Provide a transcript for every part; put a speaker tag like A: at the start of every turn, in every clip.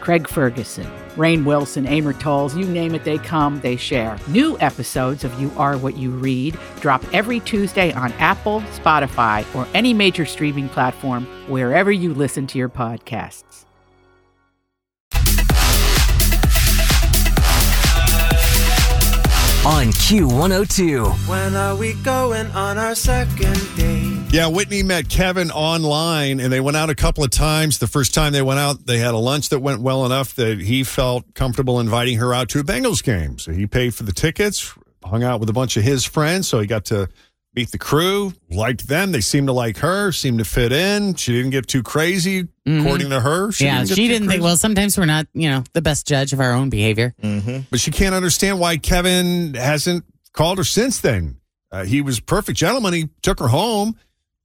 A: Craig Ferguson, Rain Wilson, Amor Tolls, you name it, they come, they share. New episodes of You Are What You Read drop every Tuesday on Apple, Spotify, or any major streaming platform wherever you listen to your podcasts.
B: On Q102.
C: When are we going on our second date?
D: Yeah, Whitney met Kevin online and they went out a couple of times. The first time they went out, they had a lunch that went well enough that he felt comfortable inviting her out to a Bengals game. So he paid for the tickets, hung out with a bunch of his friends. So he got to meet the crew, liked them. They seemed to like her, seemed to fit in. She didn't get too crazy, according to her.
E: Mm-hmm. yeah.
D: get
E: She
D: too
E: didn't think,
D: crazy.
E: well, sometimes we're not, you know, the best judge of our own behavior.
D: But she can't understand why Kevin hasn't called her since then. Uh, he was a perfect gentleman. He took her home,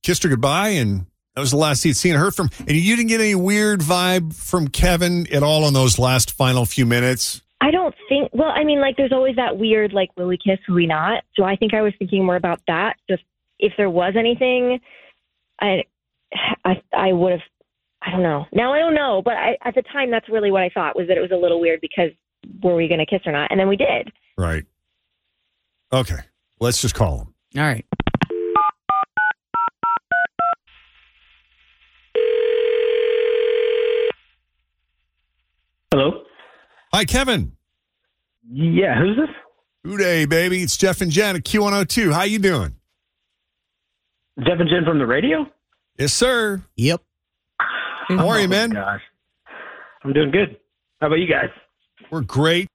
D: kissed her goodbye, and that was the last he'd seen her from. And you didn't get any weird vibe from Kevin at all in those last final few minutes.
F: I don't think well, I mean like there's always that weird like will we kiss, will we not? So I think I was thinking more about that. Just if there was anything I I I would have I don't know. Now I don't know, but I at the time that's really what I thought was that it was a little weird because were we gonna kiss or not? And then we did.
D: Right. Okay. Let's just call him.
G: Mm.
E: All right.
H: Hello?
D: Hi, Kevin.
H: Yeah, who's this?
D: Good day, baby. It's Jeff and Jen at Q102. How you doing?
H: Jeff and Jen from the radio?
D: Yes, sir.
E: Yep.
D: How are you, man?
H: Oh, Gosh. I'm doing good. How about you guys?
D: We're great.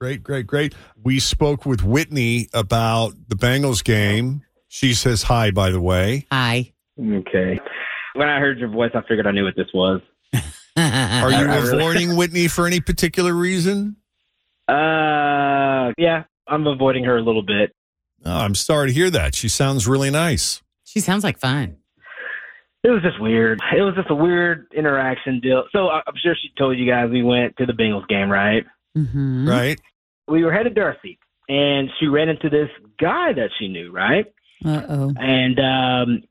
D: Great, great, great. We spoke with Whitney about the Bengals game. She says hi, by the way.
E: Hi.
H: Okay. When I heard your voice, I figured I knew what this was.
D: Are you
H: Uh-huh. I really-
D: avoiding Whitney for any particular reason?
H: Uh, yeah, I'm avoiding her a little bit.
D: Oh, I'm sorry to hear that. She sounds really nice.
E: She sounds like fun.
H: It was just weird. It was just a weird interaction deal. So I- I'm sure she told you guys we went to the Bengals game, right?
E: Mm-hmm.
D: Right? Oh
H: We were headed to our seats, and she ran into this guy that she knew, right?
I: Uh oh.
H: And um,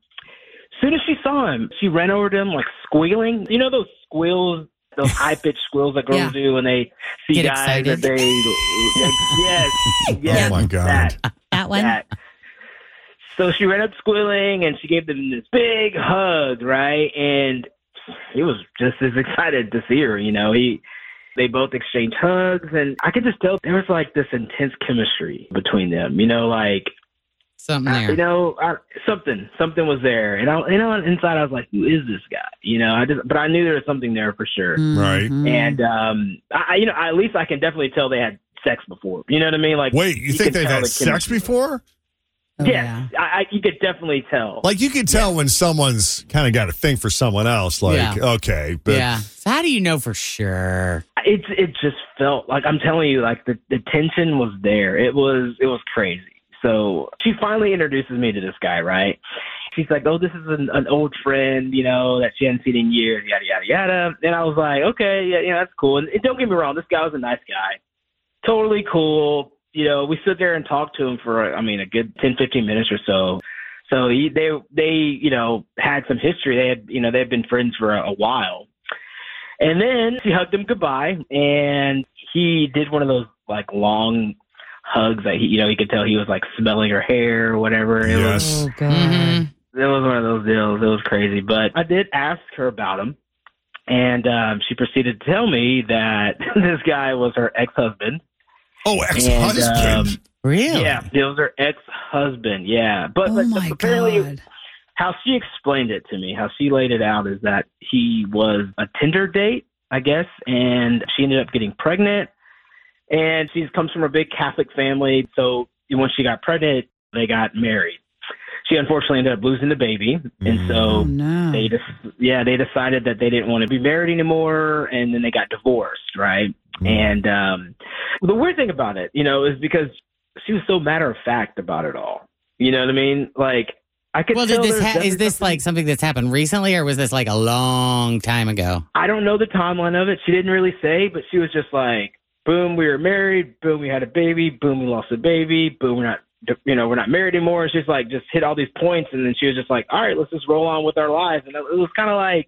H: soon as she saw him, she ran over to him like squealing. You know those squeals, those high pitched squeals that girls
I: Yeah.
H: do when they see
E: Get
H: guys
E: excited.
H: that they yes, yes,
D: Oh, my God.
H: that,
I: That one.
H: that. So she ran up squealing and she gave them this big hug, right? And he was just as excited to see her. You know, he. They both exchanged hugs, and I could just tell there was like this intense chemistry between them. You know, like
E: Something
H: I- you
E: there.
H: know, I, something, something was there, and I, you know, inside I was like, "Who is this guy?" You know, I just, but I knew there was something there for sure.
D: Right.
E: Mhm.
F: Mm-hmm.
H: And um, I, I- you know, I, at least I can definitely tell they had sex before. You know what I mean? Like,
D: Wait, you,
H: can
D: think they've
H: tell
D: had
H: the
D: sex
H: chemistry.
D: before?
H: yes, I, I, you could definitely tell.
D: Like you can tell when someone's kind of got a thing for someone else. Like,
E: Yeah.
D: okay, but
E: yeah. So how do you know for sure?
H: It it just felt like I'm telling you, like the, the tension was there. It was it was crazy. So she finally introduces me to this guy, right? She's like, "Oh, this is an, an old friend, you know, that she hadn't seen in years, yada yada yada." And I was like, "Okay, yeah, yeah, that's cool." And, and don't get me wrong, this guy was a nice guy, totally cool. You know, we stood there and talked to him for, I mean, a good ten fifteen minutes or so. So he, they they you know had some history. They had you know they had been friends for a, a while. And then she hugged him goodbye, and he did one of those like long hugs that he, you know, he could tell he was like smelling her hair or whatever. It was
D: yes,
E: Mm-hmm.
H: it was one of those deals. It was crazy, but I did ask her about him, and um, she proceeded to tell me that this guy was her ex-husband.
D: oh, ex-husband.
H: um,
E: Really?
H: Yeah, it was her ex-husband. Yeah, but
I: oh
H: but
I: my
H: apparently
I: god.
H: how she explained it to me, how she laid it out is that he was a Tinder date, I guess, and she ended up getting pregnant. And she comes from a big Catholic family, so once she got pregnant, they got married. She unfortunately ended up losing the baby, and so
I: Oh no.
H: they
E: Hmm.
H: just yeah they decided that they didn't want to be married anymore and then they got divorced right
E: Hmm.
H: and um the weird thing about it you know is because she was so matter of fact about it all you know what i mean like i could
E: Well,
H: tell
E: did this
H: there's
E: ha- is
H: definitely
E: this like something that's happened recently, or was this like a long time ago?
H: I don't know the timeline of it. She didn't really say, but she was just like, boom, we were married. Boom, we had a baby. Boom, we lost a baby. Boom, we're not, you know, we're not married anymore. And she's like, just hit all these points, and then she was just like, all right, let's just roll on with our lives. And it was kind of like,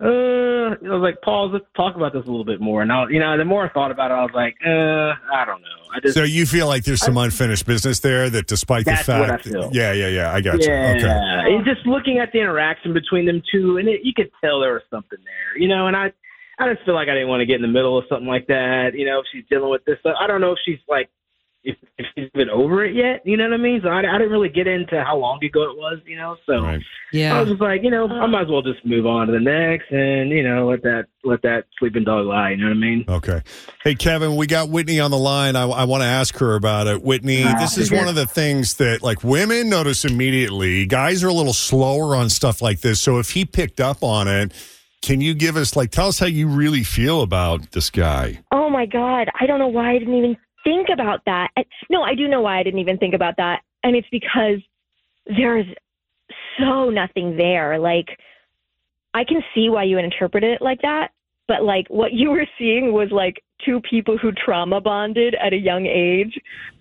H: uh, I was like, pause. Let's talk about this a little bit more. And I, you know, the more I thought about it, I was like, uh, I don't know. I just,
D: So you feel like there's some unfinished business there that, despite the
H: That's what I
D: fact,
H: feel.
D: yeah, yeah, yeah, I got you. Okay.
H: yeah, and just looking at the interaction between them two, and it, you could tell there was something there, you know. And I, I just feel like I didn't want to get in the middle of something like that, you know. If she's dealing with this, I don't know if she's like, if, if she's been over it yet, you know what I mean? So I, I didn't really get into how long ago it was, you know. So
D: Right.
H: I
E: Yeah.
H: was just like, you know, I might as well just move on to the next, and you know, let that let that sleeping dog lie. You know what I mean?
D: Okay. Hey, Kevin, we got Whitney on the line. I, I want to ask her about it. Whitney,
H: Ah,
D: this is
H: okay.
D: one of the things that, like, women notice immediately. Guys are a little slower on stuff like this. So if he picked up on it, can you give us, like, tell us how you really feel about this guy?
F: Oh my God. I don't know why I didn't even think about that. I- No, I do know why I didn't even think about that. And it's because there's so nothing there. Like, I can see why you would interpret it like that. But like, what you were seeing was like two people who trauma bonded at a young age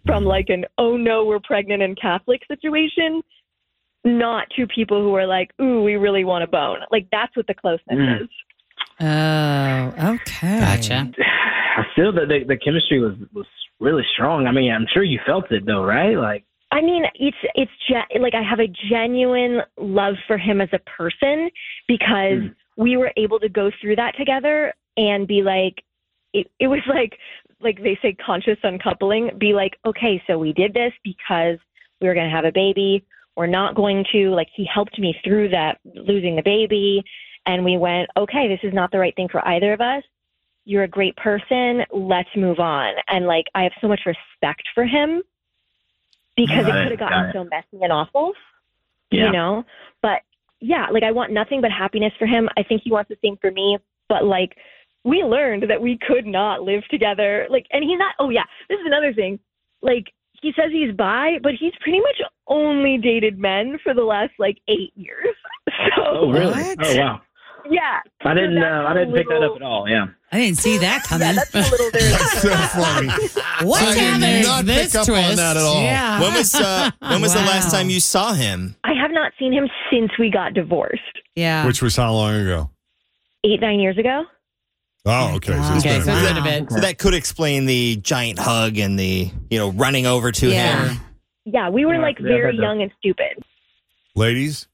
F: from like an, oh no, we're pregnant and Catholic situation. Not two people who are like, ooh, we really want to bone. Like, that's what the closeness
H: Mm.
F: is.
I: Oh, okay.
E: Gotcha.
H: I feel that the, the chemistry was was really strong. I mean, I'm sure you felt it though, right? Like.
F: I mean, it's it's ge- like I have a genuine love for him as a person because
H: Mm.
F: we were able to go through that together and be like, it, it was like like they say conscious uncoupling. Be like, okay, so we did this because we were going to have a baby. We're not going to like he helped me through that losing the baby, and we went, okay, this is not the right thing for either of us. You're a great person. Let's move on. And like I have so much respect for him because it
H: Got it,
F: could have
H: got
F: gotten
H: it.
F: so messy and awful,
H: Yeah.
F: you know? But yeah, like I want nothing but happiness for him. I think he wants the same for me. But like we learned that we could not live together. Like, and he's not, oh yeah, this is another thing. Like he says he's bi, but he's pretty much only dated men for the last like eight years. So
H: Oh really?
I: What?
H: Oh wow!
F: yeah.
H: I didn't.
F: So
H: Uh,
F: that's
H: I
F: a
H: didn't pick that
F: little-
H: up at all. Yeah.
I: I didn't see that coming.
F: Yeah, that's a little very
D: That's so funny.
E: What
D: I
E: happened?
D: did not
E: This
D: pick up on
E: twist.
D: that at all.
I: Yeah.
J: When was uh, when was the last
I: Wow.
J: time you saw him?
F: I have not seen him since we got divorced
I: yeah.
D: Which was how long ago?
F: eight, nine years ago.
D: Oh, okay. So it's
E: Okay,
D: been
E: so
D: a
E: it's
D: minute.
E: been a bit.
J: So that could explain the giant hug and the you know running over to
I: Yeah.
J: him.
F: Yeah, we were
H: Yeah,
F: like
H: yeah,
F: very
H: but-
F: young and stupid.
D: Ladies,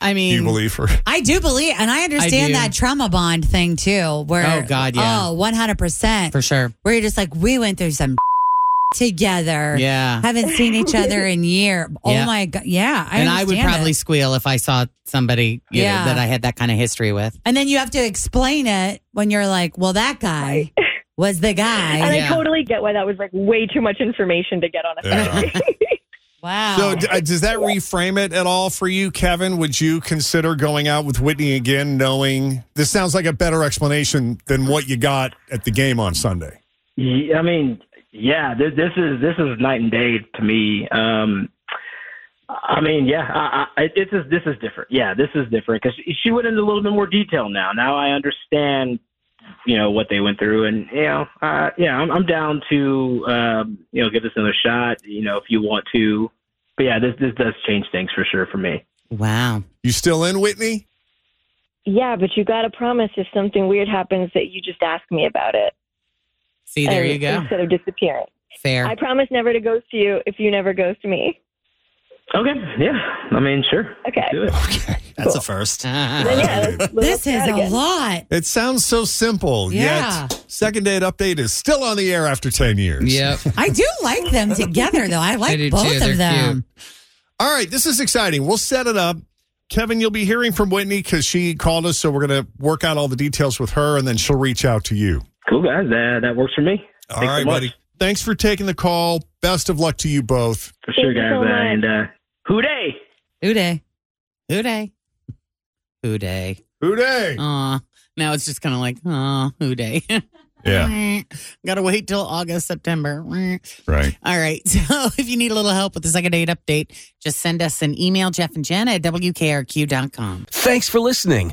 E: I
D: do you
E: mean,
D: believe her?
I: I do believe, and I understand
E: do.
I: that trauma bond thing too. Where
E: Oh, God, yeah.
I: oh, one hundred percent.
E: for sure.
I: Where you're just like, we went through some together.
E: Yeah.
I: haven't seen each other in year. Oh
E: Yeah.
I: my god, yeah. I
E: and I would
I: understand
E: probably
I: it.
E: squeal if I saw somebody you know,
I: Yeah.
E: that I had that kind of history with.
I: And then you have to explain it when you're like, well, that guy was the
F: And
I: guy.
E: Yeah.
F: I totally get why that was like way too much information to get on a
D: Yeah.
F: Saturday.
I: Wow.
D: So d- uh, does that reframe it at all for you, Kevin? Would you consider going out with Whitney again, knowing this sounds like a better explanation than what you got at the game on Sunday?
H: Y- I mean, yeah, this, this is this is night and day to me. Um, I mean, yeah, I, I, it's just, this is different. Yeah, this is different because she went into a little bit more detail now. Now I understand, you know, what they went through, and you know, uh, yeah, I'm, I'm down to um, you know give this another shot. You know, if you want to, but yeah, this this does change things for sure for me.
E: Wow.
D: You still in, Whitney?
F: Yeah, but you got to promise if something weird happens that you just ask me about it.
E: See, there
F: And-
E: you go.
F: Instead of disappearing.
E: Fair.
F: I promise never to ghost you if you never ghost me.
H: Okay, yeah, I mean, sure,
F: Okay.
H: do it.
J: That's a first.
I: this is a lot.
D: It sounds so simple.
I: Yeah.
D: Yet, second date update is still on the air after 10 years.
E: Yep.
I: I do like them together, though. I like
E: do,
I: both
E: too. They're
I: of them.
D: All right, this is exciting. We'll set it up. Kevin, you'll be hearing from Whitney because she called us, so we're going to work out all the details with her, and then she'll reach out to you.
H: Cool guys, that that works for me.
D: All right,
H: Thanks so much.
D: buddy. Thanks for taking the call. Best of luck to you both.
H: For sure,
F: Thank you
H: guys,
F: so
H: uh,
F: much.
H: and uh, who day?
I: Who day?
E: Who day? Who day?
D: Who day?
E: Aw. Now it's just kind of like, aw, who day?
D: Yeah,
E: Gotta wait till August, September.
D: right.
E: All right. So if you need a little help with the second date update, just send us an email, Jeff and Jen at WKRQ.com.
B: Thanks for listening